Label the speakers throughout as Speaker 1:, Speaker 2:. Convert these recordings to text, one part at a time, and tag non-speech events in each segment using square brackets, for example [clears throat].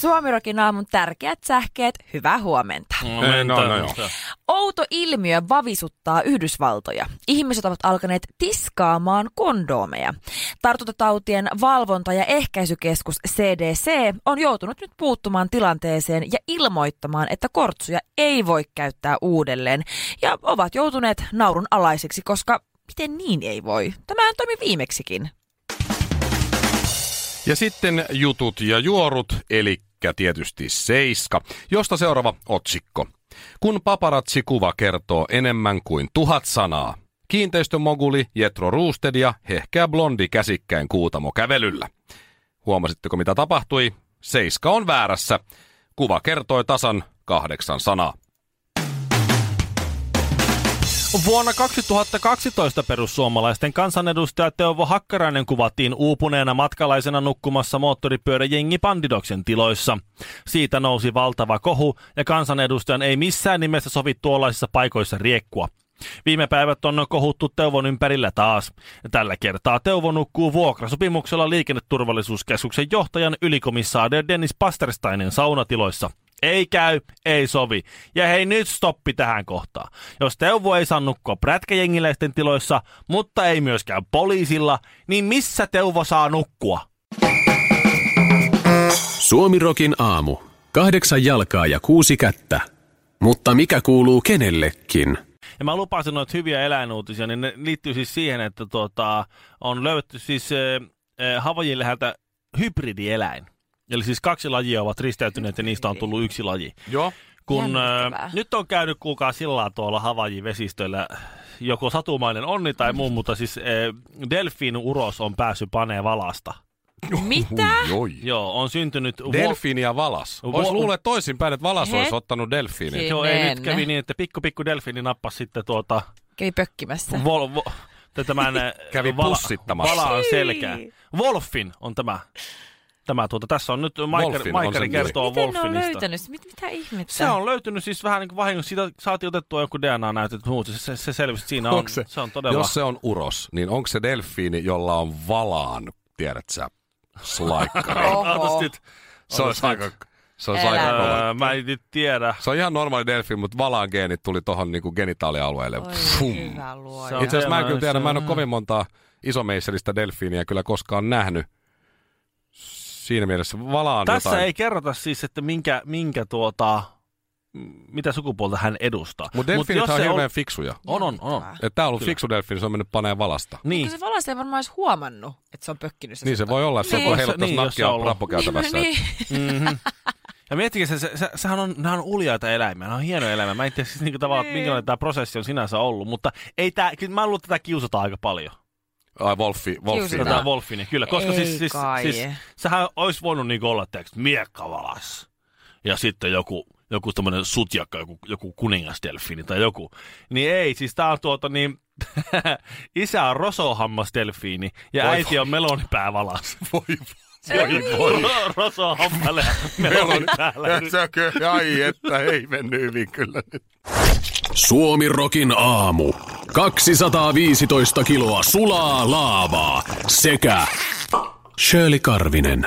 Speaker 1: Suomirokin aamun tärkeät sähkeet, hyvää huomenta.
Speaker 2: Ei, no, no joo.
Speaker 1: Outo ilmiö vavisuttaa Yhdysvaltoja. Ihmiset ovat alkaneet tiskaamaan kondomeja. Tartuntatautien valvonta- ja ehkäisykeskus CDC on joutunut nyt puuttumaan tilanteeseen ja ilmoittamaan, että kortsuja ei voi käyttää uudelleen. Ja ovat joutuneet naurun alaisiksi, koska miten niin ei voi? Tämähän toimi viimeksikin.
Speaker 2: Ja sitten jutut ja juorut, eli tietysti seiska, josta seuraava otsikko. Kun paparazzi-kuva kertoo enemmän kuin tuhat sanaa. Kiinteistömoguli Jetro Ruustedia hehkää blondi käsikkäin kuutamo kävelyllä. Huomasitteko mitä tapahtui? Seiska on väärässä. Kuva kertoi tasan kahdeksan sanaa.
Speaker 3: Vuonna 2012 perussuomalaisten kansanedustaja Teuvo Hakkarainen kuvattiin uupuneena matkalaisena nukkumassa moottoripyöräjengi Pandidoksen tiloissa. Siitä nousi valtava kohu ja kansanedustajan ei missään nimessä sovi tuollaisissa paikoissa riekkua. Viime päivät on kohuttu Teuvon ympärillä taas. Tällä kertaa Teuvo nukkuu vuokrasopimuksella liikenneturvallisuuskeskuksen johtajan ylikomissaade Dennis Pastersteinin saunatiloissa. Ei käy, ei sovi. Ja hei nyt stoppi tähän kohtaan. Jos Teuvo ei saa nukkua prätkäjengiläisten tiloissa, mutta ei myöskään poliisilla, niin missä Teuvo saa nukkua?
Speaker 4: Suomirokin aamu. Kahdeksan jalkaa ja kuusi kättä. Mutta mikä kuuluu kenellekin?
Speaker 3: Ja mä lupasin noita hyviä eläinuutisia, niin ne liittyy siis siihen, että tuota, on löydetty siis äh, Havajin läheltä hybridieläin. Eli siis kaksi lajia ovat risteytyneet ja niistä on tullut yksi laji.
Speaker 2: Joo.
Speaker 3: Kun
Speaker 1: Jännittävää.
Speaker 3: äh, nyt on käynyt kuulkaa sillä tuolla Havajin vesistöillä joko satumainen onni tai muu, mutta siis äh, delfiin uros on päässyt paneen valasta.
Speaker 1: Mitä?
Speaker 2: Joi.
Speaker 3: Joo, on syntynyt... vuo-
Speaker 2: Delfiini ja valas.
Speaker 3: Vo-
Speaker 2: Vois luullut toisinpäin, että valas olisi
Speaker 1: Hetki.
Speaker 2: ottanut delfiinin.
Speaker 3: Joo, ei nyt
Speaker 1: Ennen.
Speaker 3: kävi niin, että pikku pikku delfiini nappasi sitten tuota
Speaker 1: Kävi pökkimässä.
Speaker 3: Vol, vo, t- tämän äh,
Speaker 2: Kävi pussittamassa.
Speaker 3: valaan selkää. Wolfin on tämä. tämä tuota, tässä on nyt Maikari,
Speaker 2: Wolfin on
Speaker 3: Maikari
Speaker 2: sen nimi.
Speaker 3: kertoo
Speaker 1: Miten ne on
Speaker 3: Wolfinista.
Speaker 1: löytänyt? Mit, mitä ihmettä?
Speaker 3: Se on löytynyt siis vähän niin kuin vahingossa. Siitä saatiin otettua joku DNA-näytöt muuta. Se, se, se selvisi, että siinä on,
Speaker 2: Onko
Speaker 3: se?
Speaker 2: se?
Speaker 3: on todella...
Speaker 2: Jos se on uros, niin onko se delfiini, jolla on valaan, tiedät sä,
Speaker 3: [laughs]
Speaker 2: slaikkari?
Speaker 1: Oho.
Speaker 3: Ootas nyt.
Speaker 2: se on aika, se on
Speaker 1: Elä.
Speaker 2: aika kova.
Speaker 3: Öö, mä en nyt tiedä.
Speaker 2: Se on ihan normaali delfiini, mutta valaan geenit tuli tuohon niinku genitaalialueelle.
Speaker 1: Oi,
Speaker 2: Fum.
Speaker 1: hyvä
Speaker 3: Se
Speaker 1: luoja.
Speaker 3: on-
Speaker 2: Itse asiassa mä en kyllä
Speaker 3: Se
Speaker 2: tiedä,
Speaker 3: on-
Speaker 2: mä en ole kovin montaa isomeisselistä delfiiniä kyllä koskaan nähnyt. Siinä mielessä valaan
Speaker 3: Tässä
Speaker 2: jotain.
Speaker 3: ei kerrota siis, että minkä, minkä tuota, m- mitä sukupuolta hän edustaa. Mut
Speaker 2: Mutta delfiinit
Speaker 3: jos
Speaker 2: on
Speaker 3: se
Speaker 2: hirveän fiksuja.
Speaker 1: Oh.
Speaker 3: On, on, on. on.
Speaker 2: Että tää on ollut
Speaker 3: Kyllä.
Speaker 2: fiksu delfiini, se on mennyt paneen valasta.
Speaker 3: Niin.
Speaker 1: [laughs] Niin. se valas ei varmaan olisi huomannut, että se on pökkinyt
Speaker 2: Niin se voi olla, että se
Speaker 1: Niin.
Speaker 3: Niin,
Speaker 2: voi heiluttaisi
Speaker 3: jos se
Speaker 2: nakkia
Speaker 3: on ollut.
Speaker 2: rappukäytävässä.
Speaker 1: Niin,
Speaker 3: Mm-hmm. Ja miettikää, se, se, se, sehän on, nämä on uljaita eläimiä, nämä on hieno elämä. Mä en tiedä siis niinku tavallaan, että minkälainen tämä prosessi on sinänsä ollut, mutta ei tää, kyllä mä luulen, että tätä kiusataan aika paljon.
Speaker 2: Ai, Wolfi, Wolfi.
Speaker 1: Kiusataan.
Speaker 3: Tätä Wolfinia, kyllä, koska
Speaker 1: Ei
Speaker 3: siis, siis,
Speaker 1: kai.
Speaker 3: siis, sehän olisi voinut niinku olla, teeks, miekkavalas ja sitten joku, joku tämmöinen sutjakka, joku, joku kuningasdelfiini tai joku. Niin ei, siis tää on tuota niin, [laughs] isä on rosohammasdelfiini ja
Speaker 2: Voi
Speaker 3: äiti on melonipäävalas.
Speaker 2: [laughs] Voi,
Speaker 3: Rosohammalle melonipäällä.
Speaker 2: Sökö, ai että ei mennyt hyvin kyllä nyt.
Speaker 4: Suomirokin aamu. 215 kiloa sulaa laavaa sekä Shirley Karvinen.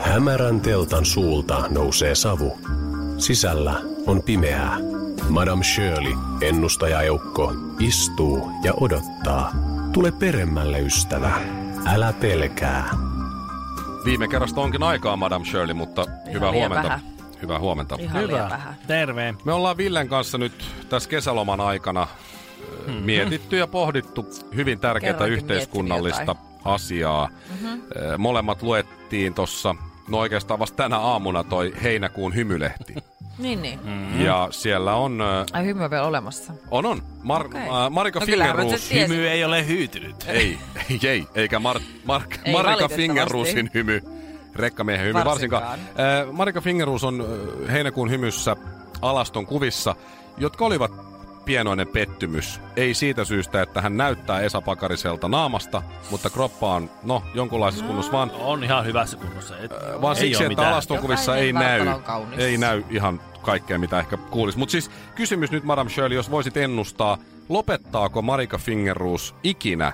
Speaker 4: Hämärän teltan suulta nousee savu. Sisällä on pimeää. Madame Shirley, ennustajajoukko, istuu ja odottaa. Tule peremmälle, ystävä. Älä pelkää.
Speaker 2: Viime kerrasta onkin aikaa, Madame Shirley, mutta hyvää
Speaker 1: liian
Speaker 2: huomenta.
Speaker 1: vähän.
Speaker 2: Hyvää huomenta.
Speaker 1: Ihan liian vähän.
Speaker 3: Terve.
Speaker 2: Me ollaan Villen kanssa nyt tässä kesäloman aikana mm mietitty ja pohdittu hyvin tärkeää
Speaker 1: Kerrankin
Speaker 2: yhteiskunnallista asiaa. Mm-hmm. Molemmat luettiin tuossa, no oikeastaan vasta tänä aamuna toi heinäkuun hymylehti.
Speaker 1: Niin, niin.
Speaker 2: mm Ja siellä on, ö,
Speaker 1: Ai hymy on vielä olemassa.
Speaker 2: on, on Mar-
Speaker 1: Okei.
Speaker 2: okay. Marika
Speaker 1: No
Speaker 2: no
Speaker 1: kyllähän mä
Speaker 2: Fingerruus
Speaker 1: sen tiesin.
Speaker 3: Hymy ei ole hyytynyt.
Speaker 2: [laughs] Ei, ei, ei, eikä Mar- Mar-
Speaker 1: Ei
Speaker 2: Marika
Speaker 1: valitettavasti.
Speaker 2: Fingerruusin hymy rekkamiehen hymy varsinkaan.
Speaker 1: Varsinkaan.
Speaker 2: Äh, Marika Fingerus on äh, heinäkuun hymyssä alaston kuvissa, jotka olivat pienoinen pettymys. Ei siitä syystä, että hän näyttää Esa Pakariselta naamasta, mutta kroppa on, no, jonkunlaisessa kunnossa vaan.
Speaker 3: On ihan hyvässä kunnossa. Et,
Speaker 2: Äh, vaan
Speaker 3: ei
Speaker 2: siksi,
Speaker 3: oo
Speaker 2: että
Speaker 3: mitään.
Speaker 2: alaston kuvissa ei
Speaker 1: Jokainen
Speaker 2: näy,
Speaker 1: vartalo on kaunis.
Speaker 2: ei näy ihan kaikkea, mitä ehkä kuulisi. Mutta siis kysymys nyt, Madame Shirley, jos voisit ennustaa, lopettaako Marika Fingerus ikinä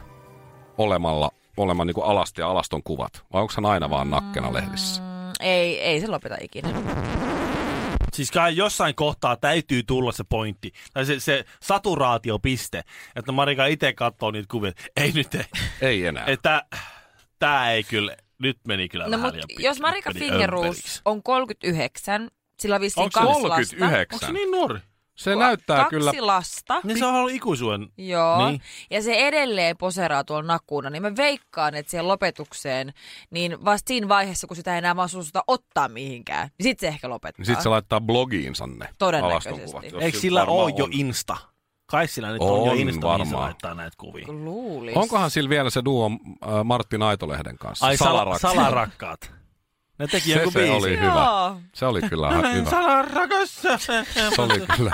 Speaker 2: olemalla olemaan niin alasti ja alaston kuvat? Vai onko hän aina vaan nakkena lehdissä?
Speaker 1: Mm, ei, ei se lopeta ikinä. No,
Speaker 3: Siis kai jossain kohtaa täytyy tulla se pointti, tai se, se saturaatiopiste, että Marika itse katsoo niitä kuvia. Ei nyt, ei.
Speaker 2: Ei enää. Et...
Speaker 3: että tää ei kyllä, nyt meni kyllä
Speaker 1: No,
Speaker 3: vähän
Speaker 1: mut,
Speaker 3: liian
Speaker 1: jos
Speaker 3: pit-
Speaker 1: Marika
Speaker 3: meni
Speaker 1: Fingeruus
Speaker 3: ömpeliksi.
Speaker 1: on 39, sillä on vissiin
Speaker 2: Onks
Speaker 1: kaksi lasta.
Speaker 2: 39?
Speaker 3: Onko se niin
Speaker 1: No
Speaker 3: nuori?
Speaker 2: Se näyttää
Speaker 1: kaksi
Speaker 2: kyllä...
Speaker 1: lasta.
Speaker 3: Niin se on ollut ikuisuuden.
Speaker 1: Joo,
Speaker 3: Niin.
Speaker 1: niin. ja se edelleen poseraa tuolla nakkuuna, niin mä veikkaan, että siihen lopetukseen, niin vasta siinä vaiheessa, kun sitä ei enää vaan suostuta ottaa mihinkään, niin sit se ehkä lopettaa.
Speaker 2: Sitten se laittaa blogiinsa ne
Speaker 1: Todennäköisesti.
Speaker 2: alaston kuvat, jos
Speaker 3: Eikö
Speaker 2: se
Speaker 3: sillä
Speaker 2: varmaan
Speaker 3: ole jo
Speaker 2: on.
Speaker 3: Insta? Kai sillä nyt on, on jo
Speaker 2: On
Speaker 3: Insta, mihin se
Speaker 2: varmaan.
Speaker 3: laittaa näitä kuvia.
Speaker 1: Luulis.
Speaker 2: Onkohan sillä vielä se duo äh, Martin Aitolehden kanssa?
Speaker 3: Ai salarakkaat.
Speaker 2: Salarakkaat.
Speaker 3: salarakkaat. Ne teki joku
Speaker 2: se
Speaker 3: biisi.
Speaker 2: oli hyvä.
Speaker 1: Joo.
Speaker 2: Se oli
Speaker 3: [laughs]
Speaker 2: kyllä hyvä. [laughs]
Speaker 3: salarakas.
Speaker 2: Se oli kyllä.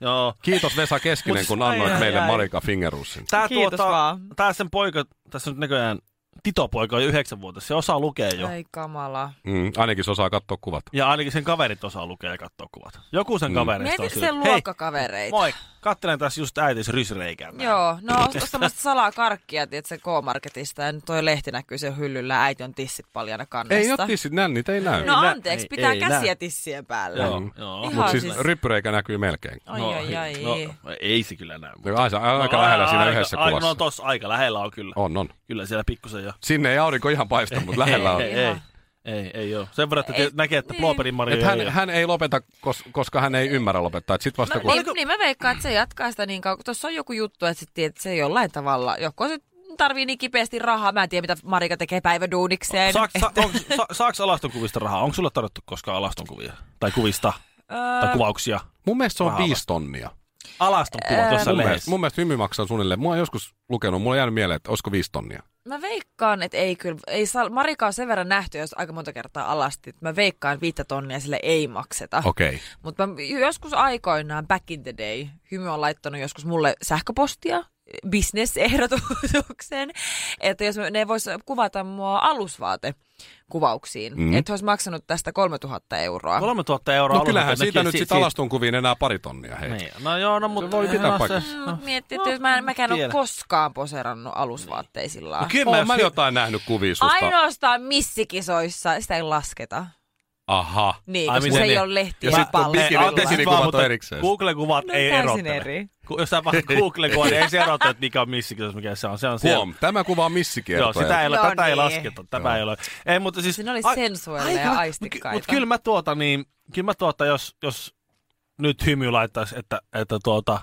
Speaker 3: Joo.
Speaker 2: Kiitos Vesa Keskinen,
Speaker 3: Mut-
Speaker 2: kun
Speaker 3: ai,
Speaker 2: annoit
Speaker 3: ai,
Speaker 2: meille
Speaker 3: ai.
Speaker 2: Marika Fingerussin.
Speaker 3: Tää
Speaker 1: Kiitos
Speaker 3: tuota,
Speaker 1: vaan.
Speaker 3: Tää sen poika, tässä nyt näköjään Tito-poika on yhdeksänvuotias, se osaa lukea jo.
Speaker 1: Ai kamala.
Speaker 2: Mm, ainakin se osaa katsoa kuvat.
Speaker 3: Ja ainakin sen kaverit osaa lukea ja katsoa kuvat. Joku sen
Speaker 2: Mm.
Speaker 3: kavereista on
Speaker 1: Mietitkö
Speaker 3: sillä-
Speaker 1: sen
Speaker 3: Hei,
Speaker 1: luokkakavereita?
Speaker 3: moi, kattelen tässä just äitis rysreikää.
Speaker 1: Joo, no ostamassa salaa karkkia, tiedätkö, K-Marketista, ja nyt toi lehti näkyy sen hyllyllä, äiti on tissit paljana kannesta.
Speaker 2: Ei ole tissit, nännit ei näy.
Speaker 1: No
Speaker 3: Ei nä-
Speaker 1: anteeksi,
Speaker 3: ei-
Speaker 1: pitää
Speaker 3: ei
Speaker 1: käsiä
Speaker 3: nä-
Speaker 1: tissien päällä.
Speaker 3: Joo,
Speaker 2: Mm.
Speaker 3: joo.
Speaker 1: Ihan
Speaker 2: Mutta siis,
Speaker 1: siis-
Speaker 2: ryppyreikä näkyy melkein.
Speaker 1: Ai,
Speaker 3: No,
Speaker 1: ai, Niin, ai.
Speaker 3: No, ei se kyllä näy.
Speaker 2: No, ai, se- aika
Speaker 3: No,
Speaker 2: lähellä siinä
Speaker 3: aika-
Speaker 2: yhdessä
Speaker 3: aika-
Speaker 2: kuvassa.
Speaker 3: No tossa aika lähellä on kyllä.
Speaker 2: On, on.
Speaker 3: Kyllä siellä pikkusen jo.
Speaker 2: Sinne ei aurinko ihan paista, mutta lähellä on.
Speaker 3: Ei, ei,
Speaker 1: Ihan.
Speaker 3: ei, ei ole. Sen verran, että te-
Speaker 1: Ei,
Speaker 3: näkee, että
Speaker 1: niin.
Speaker 3: Blåbergin Maria
Speaker 2: Et
Speaker 3: ei No
Speaker 2: hän,
Speaker 3: ole.
Speaker 2: hän ei lopeta, kos- koska hän ei ymmärrä lopettaa. Sitten vasta kun...
Speaker 1: Niin, niin mä veikkaan, että se jatkaa sitä niin kauan, kun tuossa on joku juttu, että, sit, että se jollain tavalla, joko se tarvii niin kipeästi rahaa, mä en tiedä mitä Marika tekee päiväduunikseen.
Speaker 3: Saaks, sa, onks, sa, saaks alastonkuvista rahaa? Onko sulla tarjottu koskaan alastonkuvia? Tai kuvista?
Speaker 1: Öö,
Speaker 3: tai kuvauksia?
Speaker 2: Mun mielestä se on
Speaker 3: Vahva.
Speaker 2: viisi tonnia.
Speaker 3: Alastonkuvat jossain
Speaker 2: Mun mielestä,
Speaker 3: lehdessä.
Speaker 2: mun mielestä hymy maksaa suunnilleen. Mä oon joskus lukenut, mulla on jäänyt mieleen, että olisiko viisi tonnia.
Speaker 1: Mä veikkaan, että ei kyllä. Ei saa, Marika on sen verran nähty jos aika monta kertaa alasti. että Mä veikkaan, että viittä tonnia sille ei
Speaker 3: Ah.
Speaker 1: makseta.
Speaker 2: Okei. Okay.
Speaker 1: Mutta joskus aikoinaan, back in the day, Hymy on laittanut joskus mulle sähköpostia bisnesehdotuksen, [laughs] että jos mä- ne vois kuvata mua alusvaatekuvauksiin,
Speaker 2: Mm.
Speaker 1: mm. että olisi maksanut tästä 3000 euroa.
Speaker 3: 3000 euroa.
Speaker 2: No
Speaker 3: alustan-
Speaker 2: kyllähän
Speaker 3: nekin-
Speaker 2: siitä nyt
Speaker 3: si-
Speaker 2: sitten alaston kuviin enää pari tonnia. Hei.
Speaker 3: Niin. No joo, no mutta...
Speaker 2: voi pitää
Speaker 3: no, se-
Speaker 2: paikkansa.
Speaker 3: no.
Speaker 1: No, miettii, että jos mä en mäkään ole
Speaker 3: tiedä.
Speaker 1: koskaan poserannut alusvaatteisillaan.
Speaker 3: No kyllä
Speaker 2: Oon
Speaker 3: mä,
Speaker 2: mä jotain nähnyt kuvia susta.
Speaker 1: Ainoastaan missikisoissa, sitä ei lasketa.
Speaker 2: Aha.
Speaker 1: Niin,
Speaker 3: Ai
Speaker 1: koska
Speaker 3: miten
Speaker 1: se ei
Speaker 3: niin?
Speaker 1: ole
Speaker 2: Ja
Speaker 1: lehtien
Speaker 2: sit on
Speaker 1: pallolla.
Speaker 2: bikini-
Speaker 3: anteeksi
Speaker 2: bikini-
Speaker 3: vaan,
Speaker 2: kuvat on
Speaker 3: mutta
Speaker 2: erikseen.
Speaker 3: Google-kuvat
Speaker 1: No,
Speaker 3: ei
Speaker 1: täysin
Speaker 3: erottele.
Speaker 1: eri.
Speaker 3: Ku- Jos
Speaker 2: [laughs]
Speaker 3: sä vaan Google-kuvat, ei se erottele, että mikä on missikin, jos mikä se on. Se on siellä.
Speaker 2: Huom, tämä kuva on
Speaker 3: Joo,
Speaker 2: missikiertoja.
Speaker 3: sitä ei, ole,
Speaker 1: No
Speaker 3: tätä ei
Speaker 1: niin.
Speaker 3: lasketa, tämä ei ole. Ei, mutta siis...
Speaker 1: Siinä oli
Speaker 3: ai-
Speaker 1: sensuaaleja
Speaker 3: aika-
Speaker 1: ja
Speaker 3: mut ky-
Speaker 1: aistikkaita.
Speaker 3: Mut kyllä mä tuota niin, kyllä mä tuota, jos, jos nyt hymy laittaisi, että, että tuota,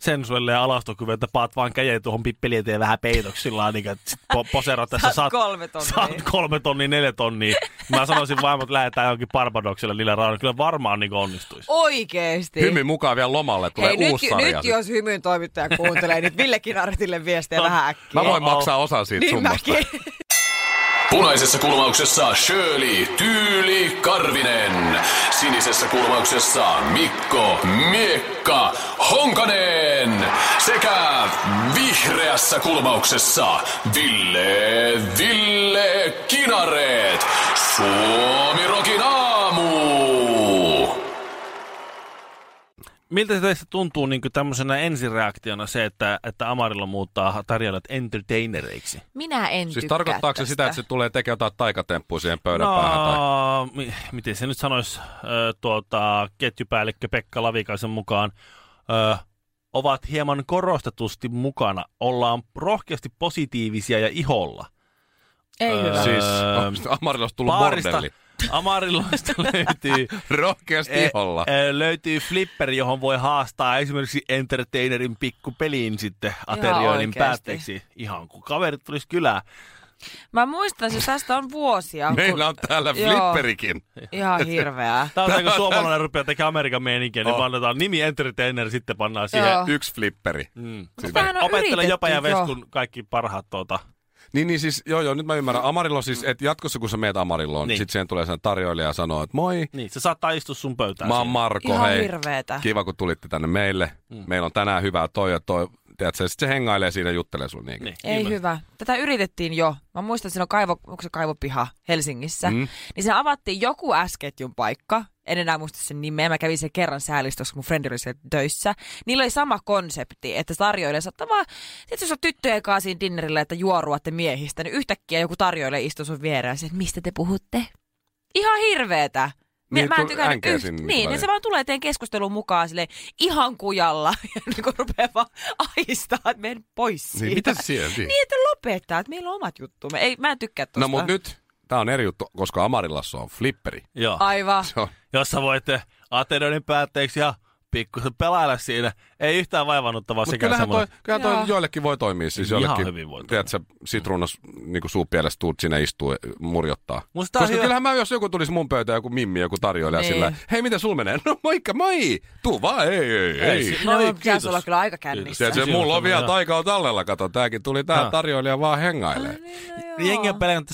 Speaker 3: sensuelle ja alastokyvyn, että paat vaan kädet tuohon pippeliin ja vähän peitoksi sillä lailla, niin että sit po- poserat tässä
Speaker 1: Saat kolme tonnia.
Speaker 3: Saat kolme tonnia, neljä tonnia. Mä sanoisin vaan, että lähdetään johonkin Barbadokselle niillä raunille. Kyllä varmaan niin onnistuisi.
Speaker 1: Oikeesti.
Speaker 2: Hymy mukaan vielä lomalle, tulee
Speaker 1: Hei, nyt,
Speaker 2: uusi sarja.
Speaker 1: nyt jos hymyn toimittaja kuuntelee, niin Ville Kinaretille viestejä vähän äkkiä.
Speaker 2: No, Mä voin
Speaker 3: Joo.
Speaker 2: maksaa osan siitä
Speaker 1: niin
Speaker 2: summasta.
Speaker 1: mäkin.
Speaker 4: Punaisessa kulmauksessa Shirley Tyyli Karvinen. Sinisessä kulmauksessa Mikko Miekka Honkanen. Sekä vihreässä kulmauksessa Ville Ville Kinareet. Suomi Rokin aamu.
Speaker 3: Miltä teistä tuntuu niin tämmöisenä ensireaktiona se, että, että Amarilla muuttaa tarjoilijat entertainereiksi?
Speaker 1: Minä en
Speaker 2: Siis
Speaker 1: tykkää
Speaker 2: tarkoittaako se
Speaker 1: tästä.
Speaker 2: sitä, että se tulee tekemään jotain taikatemppuja siihen pöydän päähän? Tai...
Speaker 3: No, mi- miten se nyt sanoisi ö, tuota, ketjupäällikkö Pekka Lavikaisen mukaan, ö, ovat hieman korostetusti mukana. Ollaan rohkeasti positiivisia ja iholla.
Speaker 1: Ei hyvä.
Speaker 3: Öö,
Speaker 2: Siis onko Amarilla olisi tullut
Speaker 3: Baarista
Speaker 2: bordelli.
Speaker 3: Amarilloista [laughs] löytyy,
Speaker 2: Rohkeasti
Speaker 3: e,
Speaker 2: iholla.
Speaker 3: ö, löytyy flipperi, johon voi haastaa esimerkiksi entertainerin pikkupeliin sitten aterioinnin
Speaker 1: oikeasti.
Speaker 3: päätteeksi. Ihan kun kaverit tulisi kylään.
Speaker 1: Mä muistan, siis tästä on vuosia. kun-
Speaker 2: Meillä on täällä
Speaker 1: Joo.
Speaker 2: flipperikin.
Speaker 1: Ihan hirveää.
Speaker 3: Tämä on se, kun
Speaker 2: [laughs]
Speaker 3: suomalainen rupeaa tekemään Amerikan meininkiä, niin
Speaker 2: Oh.
Speaker 3: vannetaan nimi entertainer, sitten pannaan siihen
Speaker 1: Joo.
Speaker 2: Eh, Yksi flipperi. Siis
Speaker 3: Mm.
Speaker 1: Sitähän on
Speaker 3: Opettele
Speaker 1: yritetty,
Speaker 3: jopa ja
Speaker 1: joo.
Speaker 3: veskun kaikki parhaat tuota,
Speaker 2: Niin, niin siis, joo joo, nyt mä ymmärrän. Amarillo siis, että jatkossa kun sä meet Amarilloon, niin.
Speaker 3: Niin.
Speaker 2: sit siihen tulee sen tarjoilija ja sanoo, että moi,
Speaker 3: Niin, se saattaa istua sun pöytään.
Speaker 2: mä oon
Speaker 3: siinä.
Speaker 2: Marko,
Speaker 1: Ihan
Speaker 2: hei.
Speaker 1: hirveetä.
Speaker 2: Kiva, kun tulitte tänne meille. Mm. Meillä on tänään hyvää toi ja toi. Tiedätkö, sit se hengailee siinä ja juttelee sun niinkin.
Speaker 3: Niin,
Speaker 1: Ei
Speaker 3: ilmeisesti.
Speaker 1: hyvä. Tätä yritettiin jo. Mä muistan, siinä on kaivo, onko se kaivopiha Helsingissä. Mm. Niin se avattiin joku äsketjun paikka. En enää muista sen nimeä. Mä kävin sen kerran säälistössä, kun mun frendi oli siellä töissä. Niillä oli sama konsepti, että tarjoilija saattaa vaan, sit jos on tyttöjen kanssa siinä dinnerillä, että juoruatte miehistä, niin yhtäkkiä joku tarjoilija istuu sun viereen että mistä te puhutte? Ihan hirveetä. Mä-
Speaker 2: Niin,
Speaker 1: mä en
Speaker 2: tu-
Speaker 1: tykännyt
Speaker 2: änkee
Speaker 1: yht-
Speaker 2: sinne niinku
Speaker 1: Niin, ja
Speaker 2: väliin.
Speaker 1: se vaan tulee teidän keskustelun mukaan sille ihan kujalla [laughs] ja niin rupeaa vaan aistaa, että menen pois siitä.
Speaker 2: Niin, mitä siellä? Niin.
Speaker 1: Niin, että lopettaa, että meillä on omat juttumme. Ei, mä en tykkää tosta.
Speaker 2: No mut nyt, tää on eri juttu, koska Amarillassa on flipperi.
Speaker 3: Joo.
Speaker 1: Aivan.
Speaker 2: Se on
Speaker 3: jossa voitte aterioiden eh, päätteeksi ja pikkusen pelailla siinä. Ei yhtään vaivannuttavaa
Speaker 2: Mutta
Speaker 3: sekään
Speaker 2: kyllähän toi,
Speaker 3: semmoinen.
Speaker 2: kyllähän toi
Speaker 1: Joo.
Speaker 2: joillekin voi toimia. Siis
Speaker 3: Ihan
Speaker 2: joillekin,
Speaker 3: hyvin voi toimia.
Speaker 2: Tiedätkö, sitruunas niin suupielessä tuut sinne istuu ja murjottaa.
Speaker 3: Musta tää
Speaker 2: Koska
Speaker 3: on
Speaker 2: hyvä.
Speaker 3: hyvä-
Speaker 2: kyllähän mä, jos joku tulisi mun pöytään, joku mimmi, joku tarjoilija
Speaker 1: Niin.
Speaker 2: niin. sillä hei mitä sul menee? No moikka, moi! Tuu vaan, ei, ei,
Speaker 3: Ei,
Speaker 2: ei.
Speaker 3: si-
Speaker 1: No,
Speaker 3: No ei,
Speaker 1: no pitäisi
Speaker 3: kiitos.
Speaker 1: olla kyllä aika kännissä.
Speaker 2: Tiedätkö,
Speaker 3: Siis
Speaker 2: mulla on
Speaker 3: on
Speaker 2: vielä
Speaker 3: hyvä.
Speaker 2: taikaa tallella, kato, tääkin tuli tää
Speaker 3: Ah.
Speaker 2: tarjoilija vaan hengailee.
Speaker 1: niin. No
Speaker 3: Niin Jengi on pelännyt,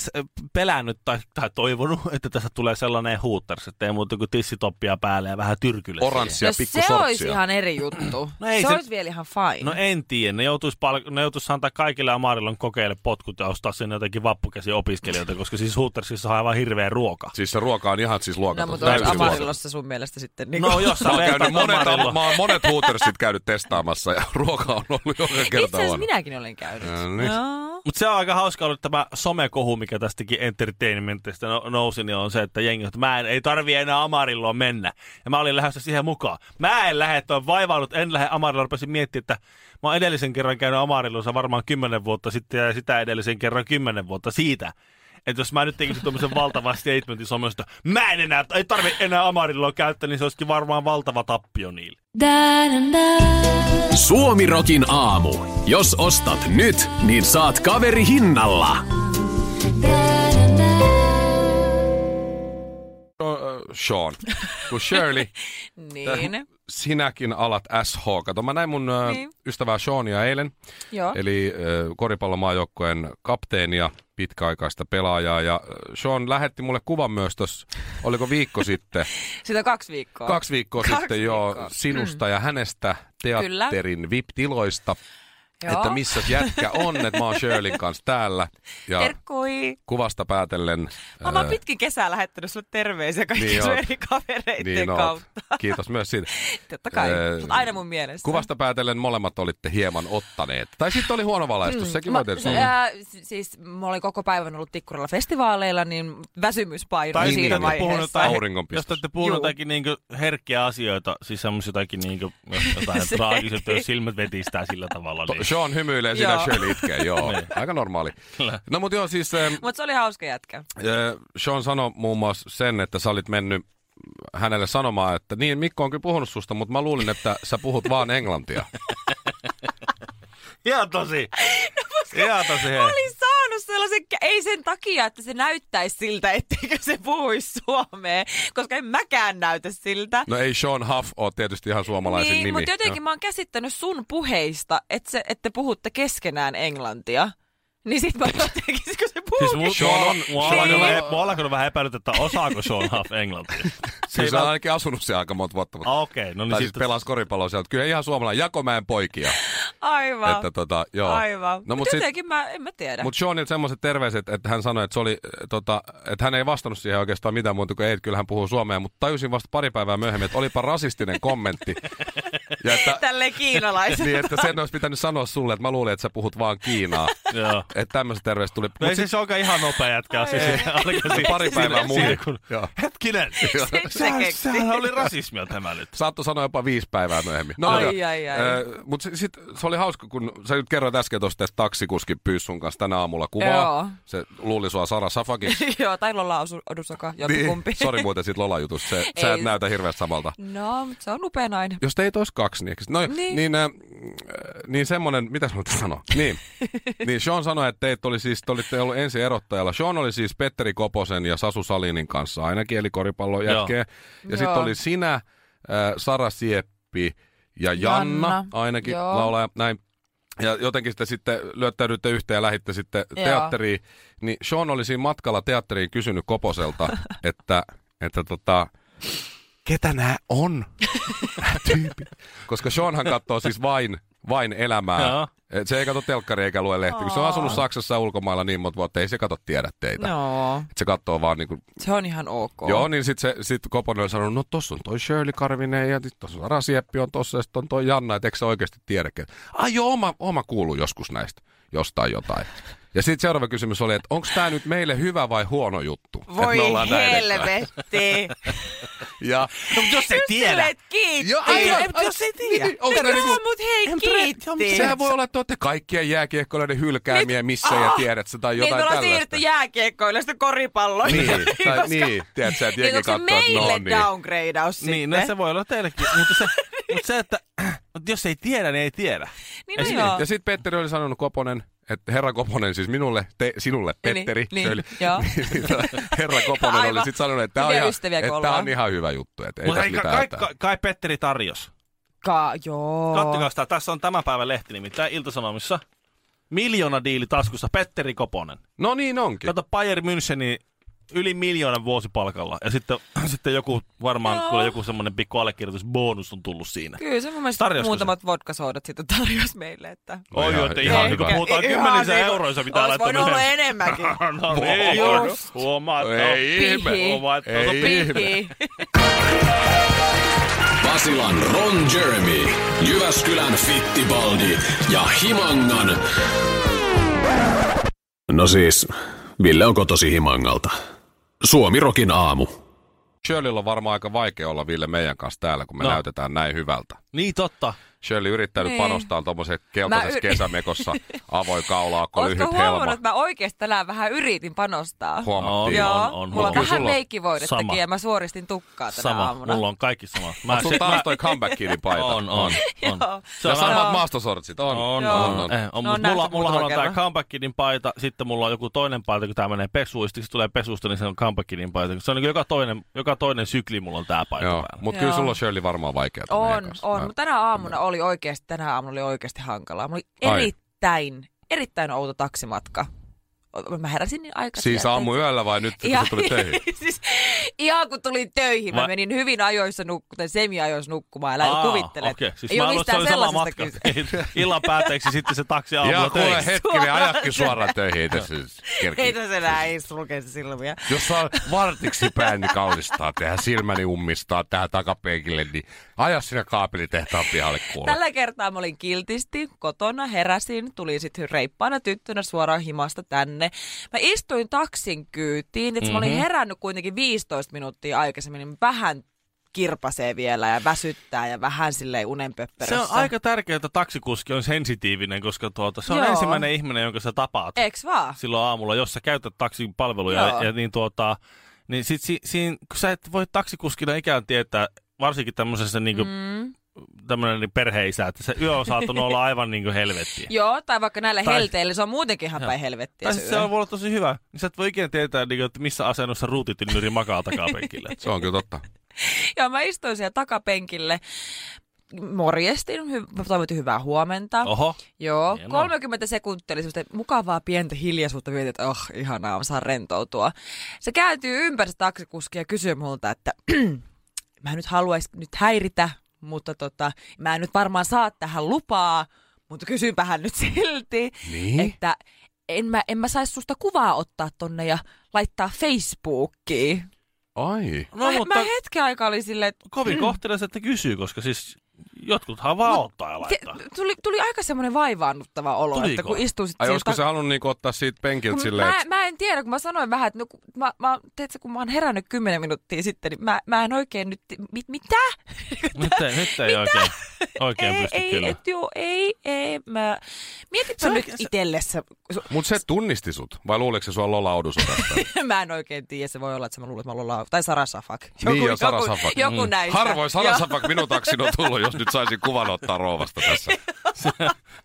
Speaker 3: pelännyt tai, tai toivonut, että tässä tulee sellainen huuttars, että ei muuta kuin tissitoppia päälle ja vähän tyrkylle.
Speaker 2: Oranssia,
Speaker 1: No,
Speaker 2: pikku
Speaker 1: se olisi
Speaker 2: sortsia.
Speaker 1: ihan eri juttu.
Speaker 3: No ei
Speaker 1: se,
Speaker 3: se-
Speaker 1: olisi vielä ihan fine.
Speaker 3: No en tiedä, ne joutuisi, pal- ne joutuisi antaa kaikille Amarillon kokeille potkut ja ostaa sinne jotenkin vappukäsi opiskelijoita, koska siis Huttersissa on aivan hirveä ruoka.
Speaker 2: Siis se ruoka on ihan siis
Speaker 1: no
Speaker 2: luokaton.
Speaker 1: mutta
Speaker 2: täysin
Speaker 1: onko
Speaker 3: täysin
Speaker 2: luokaton.
Speaker 1: Amarillossa sun mielestä sitten? Niin
Speaker 3: No jos sä
Speaker 2: Mä oon
Speaker 3: vertaat
Speaker 2: käynyt monet,
Speaker 3: Amarilloa.
Speaker 2: mä oon monet huutersit käynyt testaamassa ja ruoka on ollut joka
Speaker 1: Itse
Speaker 2: kerta
Speaker 1: asiassa
Speaker 2: on.
Speaker 1: minäkin olen käynyt.
Speaker 2: No niin.
Speaker 1: No.
Speaker 3: Mutta se on aika hauska ollut tämä somekohu, mikä tästäkin entertainmentista no- nousi, niin on se, että jengi, että mä en, ei tarvi enää Amarilloon mennä. Ja mä olin lähdössä siihen mukaan. Mä en lähde, että on vaivaudut, en lähde Amarilloon. Rupesin miettimään, että mä oon edellisen kerran käynyt Amarillossa varmaan 10 vuotta sitten ja sitä edellisen kerran 10 vuotta siitä. Että jos mä nyt tekisin tuommoisen valtavan statementin somesta, mä en enää, ei tarvi enää Amarilloon käyttää, niin se olisikin varmaan valtava tappio niille.
Speaker 4: Suomirokin aamu. Jos ostat nyt, niin saat kaveri hinnalla.
Speaker 2: No, äh, Sean,
Speaker 1: [laughs]
Speaker 2: kun Shirley,
Speaker 1: Niin.
Speaker 2: sinäkin alat SH. Kato, mä näin mun äh,
Speaker 1: Niin.
Speaker 2: ystävää Seania eilen,
Speaker 1: Joo.
Speaker 2: eli äh, koripallomaajoukkueen kapteenia, pitkäaikaista pelaajaa. Ja äh, Sean lähetti mulle kuvan myös tuossa, oliko
Speaker 1: [laughs]
Speaker 2: viikko sitten,
Speaker 1: Sitä on kaksi viikkoa.
Speaker 2: kaksi viikkoa
Speaker 1: Kaksi
Speaker 2: sitten
Speaker 1: viikkoa. Mm.
Speaker 2: jo sinusta ja hänestä teatterin VIP-tiloista,
Speaker 1: Joo.
Speaker 2: että missä jätkä on, että mä oon Shirleyn kanssa täällä. Ja
Speaker 1: Terkkui.
Speaker 2: kuvasta päätellen...
Speaker 1: Mä oon
Speaker 2: äh,
Speaker 1: vaan pitkin kesää lähettänyt sulle terveisiä kaikkien
Speaker 2: Niin
Speaker 1: sun
Speaker 2: oot.
Speaker 1: eri kavereiden
Speaker 2: niin oot.
Speaker 1: kautta.
Speaker 2: Kiitos myös siitä.
Speaker 1: Totta kai.
Speaker 2: Öö,
Speaker 1: Sä oot aina mun mielestä.
Speaker 2: Kuvasta päätellen molemmat olitte hieman ottaneet. Tai sitten oli huono valaistus, sekin voi tietysti olla.
Speaker 1: Mm. ää, s- siis mä olin koko päivän ollut tikkurilla festivaaleilla, niin väsymys painoi
Speaker 3: Tai
Speaker 2: Niin,
Speaker 1: siinä
Speaker 3: niin,
Speaker 2: niin, niin.
Speaker 1: vaiheessa.
Speaker 3: jotain- Jos
Speaker 2: Auringonpistos.
Speaker 3: te olette puhunut
Speaker 1: Juu.
Speaker 3: jotakin niinku herkkiä asioita, siis semmoisia jotakin niinku,
Speaker 1: [laughs]
Speaker 3: jotain
Speaker 1: Se-
Speaker 3: traagista, jos silmät vetistää sillä tavalla. Niin.
Speaker 2: To- Sean hymyilee, sinä
Speaker 1: Joo. Niin.
Speaker 2: Shirley itkee,
Speaker 1: [laughs]
Speaker 2: joo. Aika normaali. No mutta joo, siis äh,
Speaker 1: Mutta se oli hauska jätkä.
Speaker 2: äh, Sean sanoi muun muassa sen, että sä olit mennyt hänelle sanomaan, että niin Mikko on kyllä puhunut susta, mutta mä luulin, että sä puhut vaan englantia.
Speaker 3: Ihan
Speaker 1: [laughs]
Speaker 3: tosi. Ihan tosi. hei.
Speaker 1: No, Mä olin saanut sellaisen, kä- ei sen takia, että se näyttäisi siltä, etteikö se puhuisi suomea, koska en mäkään näytä siltä.
Speaker 2: No ei Sean Huff ole tietysti ihan suomalaisen
Speaker 1: niin,
Speaker 2: nimi.
Speaker 1: mutta jotenkin mä oon käsittänyt sun puheista, että, se, että te puhutte keskenään englantia. Niin sit mä jotenkin, kun se
Speaker 3: Siis
Speaker 1: puhuukin.
Speaker 3: mu-
Speaker 2: Sean
Speaker 3: Sean
Speaker 2: on-
Speaker 3: on,
Speaker 2: Sean on-
Speaker 3: mulla on kyllä vähän epäilyt, että osaako Sean Huff englantia. Se
Speaker 2: Siis
Speaker 3: ei
Speaker 2: sä on
Speaker 3: vält-
Speaker 2: ainakin asunut siellä aika monta vuotta. Mutta...
Speaker 3: Ah, Okei, okay, no
Speaker 2: tai
Speaker 3: niin
Speaker 2: siis
Speaker 3: sitten.
Speaker 2: pelasi koripalloa sieltä. Kyllä ihan suomalainen Jakomäen poikia.
Speaker 1: Aivan,
Speaker 2: Että tota, joo.
Speaker 1: aivan.
Speaker 2: No,
Speaker 1: No,
Speaker 2: mut
Speaker 1: mutta
Speaker 2: sit-
Speaker 1: jotenkin mä, en mä tiedä.
Speaker 2: Mutta Seanilta semmoiset terveiset, että hän sanoi, että, se oli, äh, tota, että hän ei vastannut siihen oikeastaan mitään muuta kuin ei, että kyllä hän puhuu suomea, mutta tajusin vasta pari päivää myöhemmin, että olipa rasistinen
Speaker 1: [laughs]
Speaker 2: kommentti. Ja että,
Speaker 1: Tälleen kiinalaiset.
Speaker 2: niin, että sen olisi pitänyt sanoa sulle, että mä luulin, että sä puhut vaan Kiinaa.
Speaker 3: Joo.
Speaker 2: Että tämmöiset terveiset tuli.
Speaker 3: No
Speaker 2: Mut
Speaker 3: ei siis olekaan ihan nopea jätkä. Siis, alkaa
Speaker 2: sit pari päivää muuta.
Speaker 3: Kun...
Speaker 2: Joo.
Speaker 3: Hetkinen, sehän,
Speaker 1: keksi.
Speaker 3: sehän oli rasismia tämä nyt.
Speaker 2: Saattoi sanoa jopa viisi päivää myöhemmin. No,
Speaker 1: Ai,
Speaker 2: joo.
Speaker 1: ai, ai.
Speaker 2: Ö, mut se, sit, se oli hauska, kun sä nyt kerroit äsken tuosta, että taksikuski pyysi sun kanssa tänä aamulla kuvaa.
Speaker 1: Joo.
Speaker 2: Se luuli sua
Speaker 1: [laughs]
Speaker 2: Sara Safakiksi.
Speaker 1: Joo, tai Lolla osu,
Speaker 2: Niin,
Speaker 1: odusaka, jompikumpi.
Speaker 2: Sori muuten siitä Lola-jutusta, se, sä et
Speaker 1: Ei.
Speaker 2: näytä hirveästi samalta.
Speaker 1: [laughs] No, mutta se on upea nainen.
Speaker 2: Jos teitä olisi kaksi, niin, no, niin.
Speaker 1: Niin.
Speaker 2: niin, äh, niin semmoinen, mitä sanoit sanoa?
Speaker 1: [laughs]
Speaker 2: Niin. niin Sean sanoi, että teitä oli siis, te olitte ollut ensi erottajalla. Sean oli siis Petteri Koposen ja Sasu Salinin kanssa ainakin, eli koripallon
Speaker 3: Joo.
Speaker 2: jätkeä. Ja sitten
Speaker 1: Joo.
Speaker 2: oli sinä, äh, Sara Sieppi ja Janna, Janna.
Speaker 1: Janna,
Speaker 2: ainakin
Speaker 1: joo.
Speaker 2: laulaja, näin. ja jotenkin sitä sitten lyöttäydytte yhteen ja lähditte sitten
Speaker 1: Joo.
Speaker 2: teatteriin, niin Sean oli siinä matkalla teatteriin kysynyt
Speaker 1: [laughs]
Speaker 2: Koposelta, että, että tota, ketä nämä on, nää tyypit? Koska Seanhan katsoo siis vain, vain elämää.
Speaker 3: Joo.
Speaker 2: Et se ei katso telkkari eikä lue lehtiä, kun se on asunut Saksassa ja ulkomailla niin monta vuotta, ei se kato tiedä teitä.
Speaker 1: No,
Speaker 2: Et se katsoo vaan niinku
Speaker 1: se on ihan ok.
Speaker 2: Joo, niin sitten sit Koponen oli sanonut, no tossa on toi Shirley Karvinen ja sit tossa on Sara Sieppi on tossa ja sit on toi Janna, et eikö sä oikeasti tiedä ken- Ai joo, oma, oma kuuluu joskus näistä, jostain jotain. Ja sitten seuraava kysymys oli, että onko tämä nyt meille hyvä vai huono juttu?
Speaker 1: Voi
Speaker 2: et me ollaan näin edellä. [laughs]
Speaker 1: helvetti.
Speaker 2: Ja,
Speaker 3: No, mutta jos ei tiedä.
Speaker 1: Silleen, kiitti.
Speaker 2: Joo, ai joo, ai
Speaker 3: jos ei tiedä.
Speaker 2: Niin, onks
Speaker 1: No
Speaker 2: nää
Speaker 1: joo,
Speaker 2: niinku-
Speaker 1: mut hei,
Speaker 3: En pre- joo,
Speaker 1: kiitti. Niin,
Speaker 3: mut
Speaker 2: sehän voi olla, että olette kaikkien jääkiekkoilijoiden hylkäämiä missä ja tiedät sä tai
Speaker 1: niin,
Speaker 2: jotain
Speaker 1: me ollaan
Speaker 2: tällaista.
Speaker 1: siirrytty jääkiekkoilusta koripalloin. [laughs]
Speaker 2: Niin, tai,
Speaker 1: Koska-
Speaker 2: niin, tiedät sä, että
Speaker 1: Niin,
Speaker 2: jengi
Speaker 1: onko se
Speaker 2: katsoo, että no
Speaker 1: meille
Speaker 2: niin.
Speaker 1: downgradeaus sitten?
Speaker 3: Niin, no se voi olla teillekin. Mutta se, mutta se että [clears throat] mutta jos ei tiedä, niin ei tiedä.
Speaker 1: Niin, no
Speaker 2: Ei,
Speaker 1: joo.
Speaker 2: Ja sitten Petteri oli sanonut Koponen, että herra Koponen, siis minulle, te, sinulle,
Speaker 1: Niin,
Speaker 2: Petteri,
Speaker 1: niin,
Speaker 2: Shirley.
Speaker 1: joo.
Speaker 2: [laughs] Niin, herra Koponen oli
Speaker 1: Aivan.
Speaker 2: sitten sanonut, että tämä on,
Speaker 1: Hyviä
Speaker 2: ihan,
Speaker 1: ystäviä, kun
Speaker 2: että tää
Speaker 1: ollaan.
Speaker 2: on ihan hyvä juttu, että ei
Speaker 3: Mutta
Speaker 2: tässä
Speaker 3: ei, kai,
Speaker 2: mitään
Speaker 3: kai,
Speaker 2: hätää.
Speaker 3: kai, kai Petteri tarjos.
Speaker 1: Ka- joo.
Speaker 3: Kattokaa sitä, tässä on tämän päivän lehti nimittäin Iltasanomissa. Miljoona diili taskussa, Petteri Koponen.
Speaker 2: No niin onkin.
Speaker 3: Kato Bayern Münchenin yli miljoonan vuosipalkalla. Ja sitten, [clears throat] sitten joku, varmaan
Speaker 1: Joo.
Speaker 3: no. kuule, joku semmoinen pikku allekirjoitusbonus on tullut siinä.
Speaker 1: Kyllä se mun mielestä
Speaker 3: Tarjosko
Speaker 1: muutamat se? vodkasoudat sitten tarjosi meille, että...
Speaker 3: Oi,
Speaker 2: ihan-
Speaker 3: joo, että
Speaker 2: ihan
Speaker 3: ihan niin
Speaker 2: hyvä.
Speaker 3: kuin puhutaan
Speaker 1: Ihan
Speaker 3: kymmenissä
Speaker 1: niinku-
Speaker 3: euroissa pitää
Speaker 1: Ois
Speaker 3: laittaa.
Speaker 1: voinut olla
Speaker 3: menemään.
Speaker 1: enemmänkin.
Speaker 2: [laughs]
Speaker 3: No niin,
Speaker 1: Just.
Speaker 3: huomaa, että on
Speaker 2: Ei ihme.
Speaker 3: Huomaa, että
Speaker 2: Ei
Speaker 3: on
Speaker 2: ihme.
Speaker 1: Pihi.
Speaker 4: Basilan Ron Jeremy, Jyväskylän Fittibaldi ja Himangan. No siis, Ville on kotosi Himangalta. Suomirokin aamu.
Speaker 2: Shirleyllä on varmaan aika vaikea olla Ville meidän kanssa täällä, kun me
Speaker 3: No.
Speaker 2: näytetään näin hyvältä.
Speaker 3: Niin totta.
Speaker 2: Shirley yrittää nyt
Speaker 1: Niin.
Speaker 2: panostaa tuommoisen keltaisessa
Speaker 1: Mä
Speaker 2: yri...
Speaker 1: yri- [laughs]
Speaker 2: kesämekossa avoin kaulaa, kun
Speaker 1: Ootko
Speaker 2: lyhyt
Speaker 1: huomannut,
Speaker 2: helma.
Speaker 1: että mä oikeesti tänään vähän yritin panostaa?
Speaker 2: Huomattiin.
Speaker 1: Joo,
Speaker 3: On, on,
Speaker 1: mulla on
Speaker 3: huomattu.
Speaker 1: vähän
Speaker 2: Sulla on
Speaker 3: sama.
Speaker 1: leikkivoidettakin ja mä suoristin tukkaa tänä
Speaker 3: Sama,
Speaker 1: aamuna.
Speaker 3: mulla on kaikki sama. Mä,
Speaker 2: On sun taas toi comebackin niin paita.
Speaker 3: on, on, on.
Speaker 1: Joo.
Speaker 3: Se
Speaker 2: Ja
Speaker 3: on aina-
Speaker 2: samat maastosortsit, on.
Speaker 3: On,
Speaker 1: Joo.
Speaker 3: on, on. Eh, on,
Speaker 1: No,
Speaker 3: mut
Speaker 1: on
Speaker 3: mulla,
Speaker 1: nähty
Speaker 3: mullahan on
Speaker 1: muutama
Speaker 3: tämä
Speaker 1: kerta.
Speaker 3: comebackin paita, sitten mulla on joku toinen paita, kun tämä menee pesuun, ja sitten kun se tulee pesusta, niin se on comebackin paita. Se on niin joka toinen, joka toinen sykli mulla on tämä paita
Speaker 2: Joo,
Speaker 3: päällä.
Speaker 2: mutta kyllä
Speaker 1: Joo.
Speaker 2: sulla on Shirley varmaan vaikeaa.
Speaker 1: On, on. Mutta tänä aamuna oli oikeasti, tänä aamuna oli oikeasti hankalaa. Mulla oli
Speaker 2: Ai.
Speaker 1: erittäin, erittäin outo taksimatka. O- Mä heräsin niin aikaisin.
Speaker 2: Siis
Speaker 1: että-
Speaker 2: aamu yöllä vai nyt, kun
Speaker 1: Ihan-
Speaker 2: sä tulit töihin?
Speaker 1: [laughs] siis, ihan kun tulin töihin, mä,
Speaker 3: Vai-
Speaker 1: menin hyvin ajoissa nukkumaan, semi-ajoissa nukkumaan, älä
Speaker 3: Aa,
Speaker 1: kuvittele.
Speaker 3: Okei, siis
Speaker 1: ei
Speaker 3: mä
Speaker 1: ole
Speaker 3: luulen, että se
Speaker 1: mistään
Speaker 3: oli sama
Speaker 1: sellaisesta
Speaker 3: matka.
Speaker 1: kyse.
Speaker 3: [laughs] Illan päätteeksi sitten se
Speaker 2: [laughs]
Speaker 3: taksi [laughs] aamulla
Speaker 2: Ja kuule
Speaker 3: töissä.
Speaker 2: hetkinen,
Speaker 1: Suoraan
Speaker 2: ajakin suoraan töihin. Ei tässä nyt kerki.
Speaker 1: Ei tässä enää ei sulke silmiä.
Speaker 2: Jos saa vartiksi pääni kaunistaa, tehdä silmäni ummistaa tähän takapenkille, niin aja sinä kaapelitehtaan pihalle kuule.
Speaker 1: Tällä kertaa mä olin kiltisti, kotona heräsin, tulin sitten reippaana tyttönä suoraan himasta tänne. Mä istuin taksin kyytiin, että mm-hmm. mä
Speaker 3: Mhm.
Speaker 1: olin herännyt kuitenkin 15 minuuttia aikaisemmin, niin vähän kirpasee vielä ja väsyttää ja vähän silleen unenpöppörössä.
Speaker 3: Se on aika tärkeää, että taksikuski on sensitiivinen, koska tuota, se on
Speaker 1: Joo.
Speaker 3: ensimmäinen ihminen, jonka sä tapaat.
Speaker 1: Eiks vaan?
Speaker 3: silloin aamulla, jos sä käytät taksin palveluja,
Speaker 1: Joo.
Speaker 3: ja, niin, tuota, niin sit, si, siin, kun sä et voi taksikuskina ikään tietää, varsinkin tämmöisessä niin kuin, mm. tämmöinen niin perheisä, että se yö on saattanut olla aivan niin kuin helvettiä.
Speaker 1: Joo, tai vaikka näillä
Speaker 3: Tai-
Speaker 1: tai... helteillä, se on muutenkin ihan päin helvettiä
Speaker 3: Tai
Speaker 1: se
Speaker 3: sit se
Speaker 1: yö.
Speaker 3: on voi olla tosi hyvä, niin sä et voi ikinä tietää, niin kuin, että missä asennossa ruutitynnyri
Speaker 1: [laughs]
Speaker 3: makaa takapenkillä.
Speaker 2: Se on kyllä totta.
Speaker 1: Joo, mä istuin siellä takapenkille. Morjestin, hy- mä toivotin hyvää huomenta.
Speaker 3: Oho,
Speaker 1: Joo,
Speaker 3: Hienoa.
Speaker 1: 30 sekuntia oli semmoista mukavaa pientä hiljaisuutta. Mietin, että oh, ihanaa, mä saan rentoutua. Se kääntyy ympäri se taksikuski ja kysyy multa, että [clears throat] mä en nyt haluaisin nyt häiritä, mutta tota, mä en nyt varmaan saa tähän lupaa, mutta kysypähän nyt silti,
Speaker 2: Niin?
Speaker 1: että en mä, en mä saisi susta kuvaa ottaa tonne ja laittaa Facebookiin.
Speaker 2: Ai.
Speaker 3: no
Speaker 1: mä,
Speaker 3: mutta
Speaker 1: mä hetken aikaa oli silleen, että
Speaker 3: kovin kohtelias, että kysyy, koska siis jotkuthan vaan ottaa ja
Speaker 1: se, [laughs]
Speaker 3: laittaa.
Speaker 1: tuli, tuli aika semmoinen vaivaannuttava olo,
Speaker 3: Tuliko?
Speaker 1: että kun istuu sit
Speaker 2: Ai
Speaker 1: siellä
Speaker 2: olisiko
Speaker 1: tak-
Speaker 2: se halunnut niinku ottaa siitä penkiltä
Speaker 1: Siis Kun
Speaker 2: silleen,
Speaker 1: mä,
Speaker 2: että
Speaker 1: mä en tiedä, kun mä sanoin vähän, että no, kun mä, mä, teetkö, kun mä oon herännyt kymmenen minuuttia sitten, niin mä, mä en oikein nyt, mit, mitä?
Speaker 3: Nyt ei, nyt ei oikein, oikein
Speaker 1: ei,
Speaker 3: pysty
Speaker 1: ei,
Speaker 3: kyllä.
Speaker 1: [laughs] et, joo, ei, ei, mä... Mietitkö
Speaker 3: Se
Speaker 1: nyt
Speaker 3: oikein- se-
Speaker 1: itsellesi? Su-
Speaker 2: mut se tunnisti sut, vai luuleeko se sua lolaudus [laughs] tästä?
Speaker 1: [laughs] Mä en oikein tiedä, se voi olla, että mä luulen, että mä ollaan... Tai Sara Safak.
Speaker 2: Niin, ja Sara
Speaker 1: joku,
Speaker 2: Safak.
Speaker 1: joku
Speaker 3: Mm.
Speaker 1: näistä.
Speaker 2: Harvoin
Speaker 1: Joo. [laughs]
Speaker 2: Sarasafak minun taksin on tullut, jos nyt saisin kuvan ottaa rouvasta tässä. [laughs]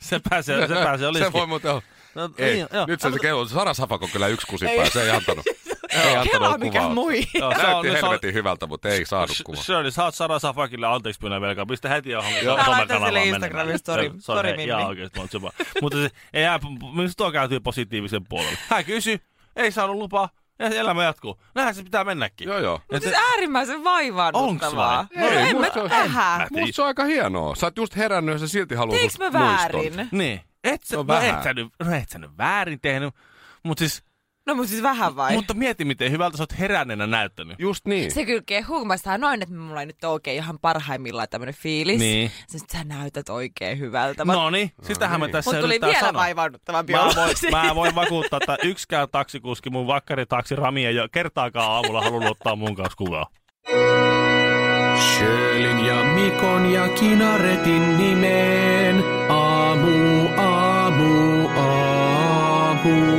Speaker 3: Se pääsee, se pääsee
Speaker 2: se
Speaker 3: olisikin.
Speaker 2: voi muuten olla.
Speaker 3: No,
Speaker 2: Ei,
Speaker 3: niin, joo.
Speaker 2: [laughs] nyt se, se kehu, Sara Safak on kyllä yksi kusipää, se ei antanut. Ei
Speaker 1: Kela
Speaker 2: antanut
Speaker 1: mikä
Speaker 2: kuvaa.
Speaker 1: mui.
Speaker 3: Joo, se on-
Speaker 2: Näytti
Speaker 3: se on-
Speaker 2: helvetin hyvältä, mutta ei saanut
Speaker 3: Sh-
Speaker 2: kuvaa.
Speaker 3: Shirley, sä oot Sara Safakille anteeksi pyynnön velkaa. Pistä heti johon
Speaker 1: Mä laitan
Speaker 3: somekanavaan
Speaker 1: sille
Speaker 3: menemään.
Speaker 1: Instagramin story-
Speaker 3: Se- se on
Speaker 1: story
Speaker 3: he-
Speaker 1: mimmi.
Speaker 3: Jaa, oikeesti, mä oon jopa. Mutta se, ei hän, minusta tuo käytyy positiivisen puolelle. Hän kysyi, ei saanut lupaa, ja se elämä jatkuu. Näinhän se pitää mennäkin.
Speaker 2: Joo, joo.
Speaker 3: Et
Speaker 1: Mutta
Speaker 3: se-
Speaker 1: siis äärimmäisen vaivaannuttavaa.
Speaker 3: Onks vai?
Speaker 1: No
Speaker 2: Ei,
Speaker 1: en mä
Speaker 2: musta-
Speaker 1: tähän.
Speaker 2: Musta se on aika hienoa. Sä oot just herännyt ja sä silti haluat
Speaker 1: Teiks mä
Speaker 2: muiston.
Speaker 1: väärin?
Speaker 3: Niin. Et sä,
Speaker 2: No
Speaker 3: no,
Speaker 2: vähän.
Speaker 3: et sä nyt, no et sä nyt väärin tehnyt, mutta siis,
Speaker 1: No mut siis vähän vai?
Speaker 3: mutta mieti miten hyvältä sä oot heränneenä näyttänyt.
Speaker 2: Just niin.
Speaker 1: Se kyllä kehuu, kun mä sitä noin, että mulla ei nyt ole oikein ihan parhaimmillaan tämmönen fiilis.
Speaker 3: Niin.
Speaker 1: Siis sä näytät oikein hyvältä. Mä-
Speaker 3: No niin, sitähän me
Speaker 2: niin.
Speaker 3: tässä
Speaker 1: Mut tuli
Speaker 3: yritetään
Speaker 1: vielä
Speaker 3: sanoa.
Speaker 1: vaivaannuttavampi
Speaker 3: Mä
Speaker 1: olo.
Speaker 3: voin, mä voin vakuuttaa, että yksikään taksikuski mun vakkaritaksi Rami ei ole kertaakaan aamulla halunnut ottaa mun kanssa kuvaa.
Speaker 4: Sjölin ja Mikon ja Kinaretin nimeen. Aamu, aamu, aamu.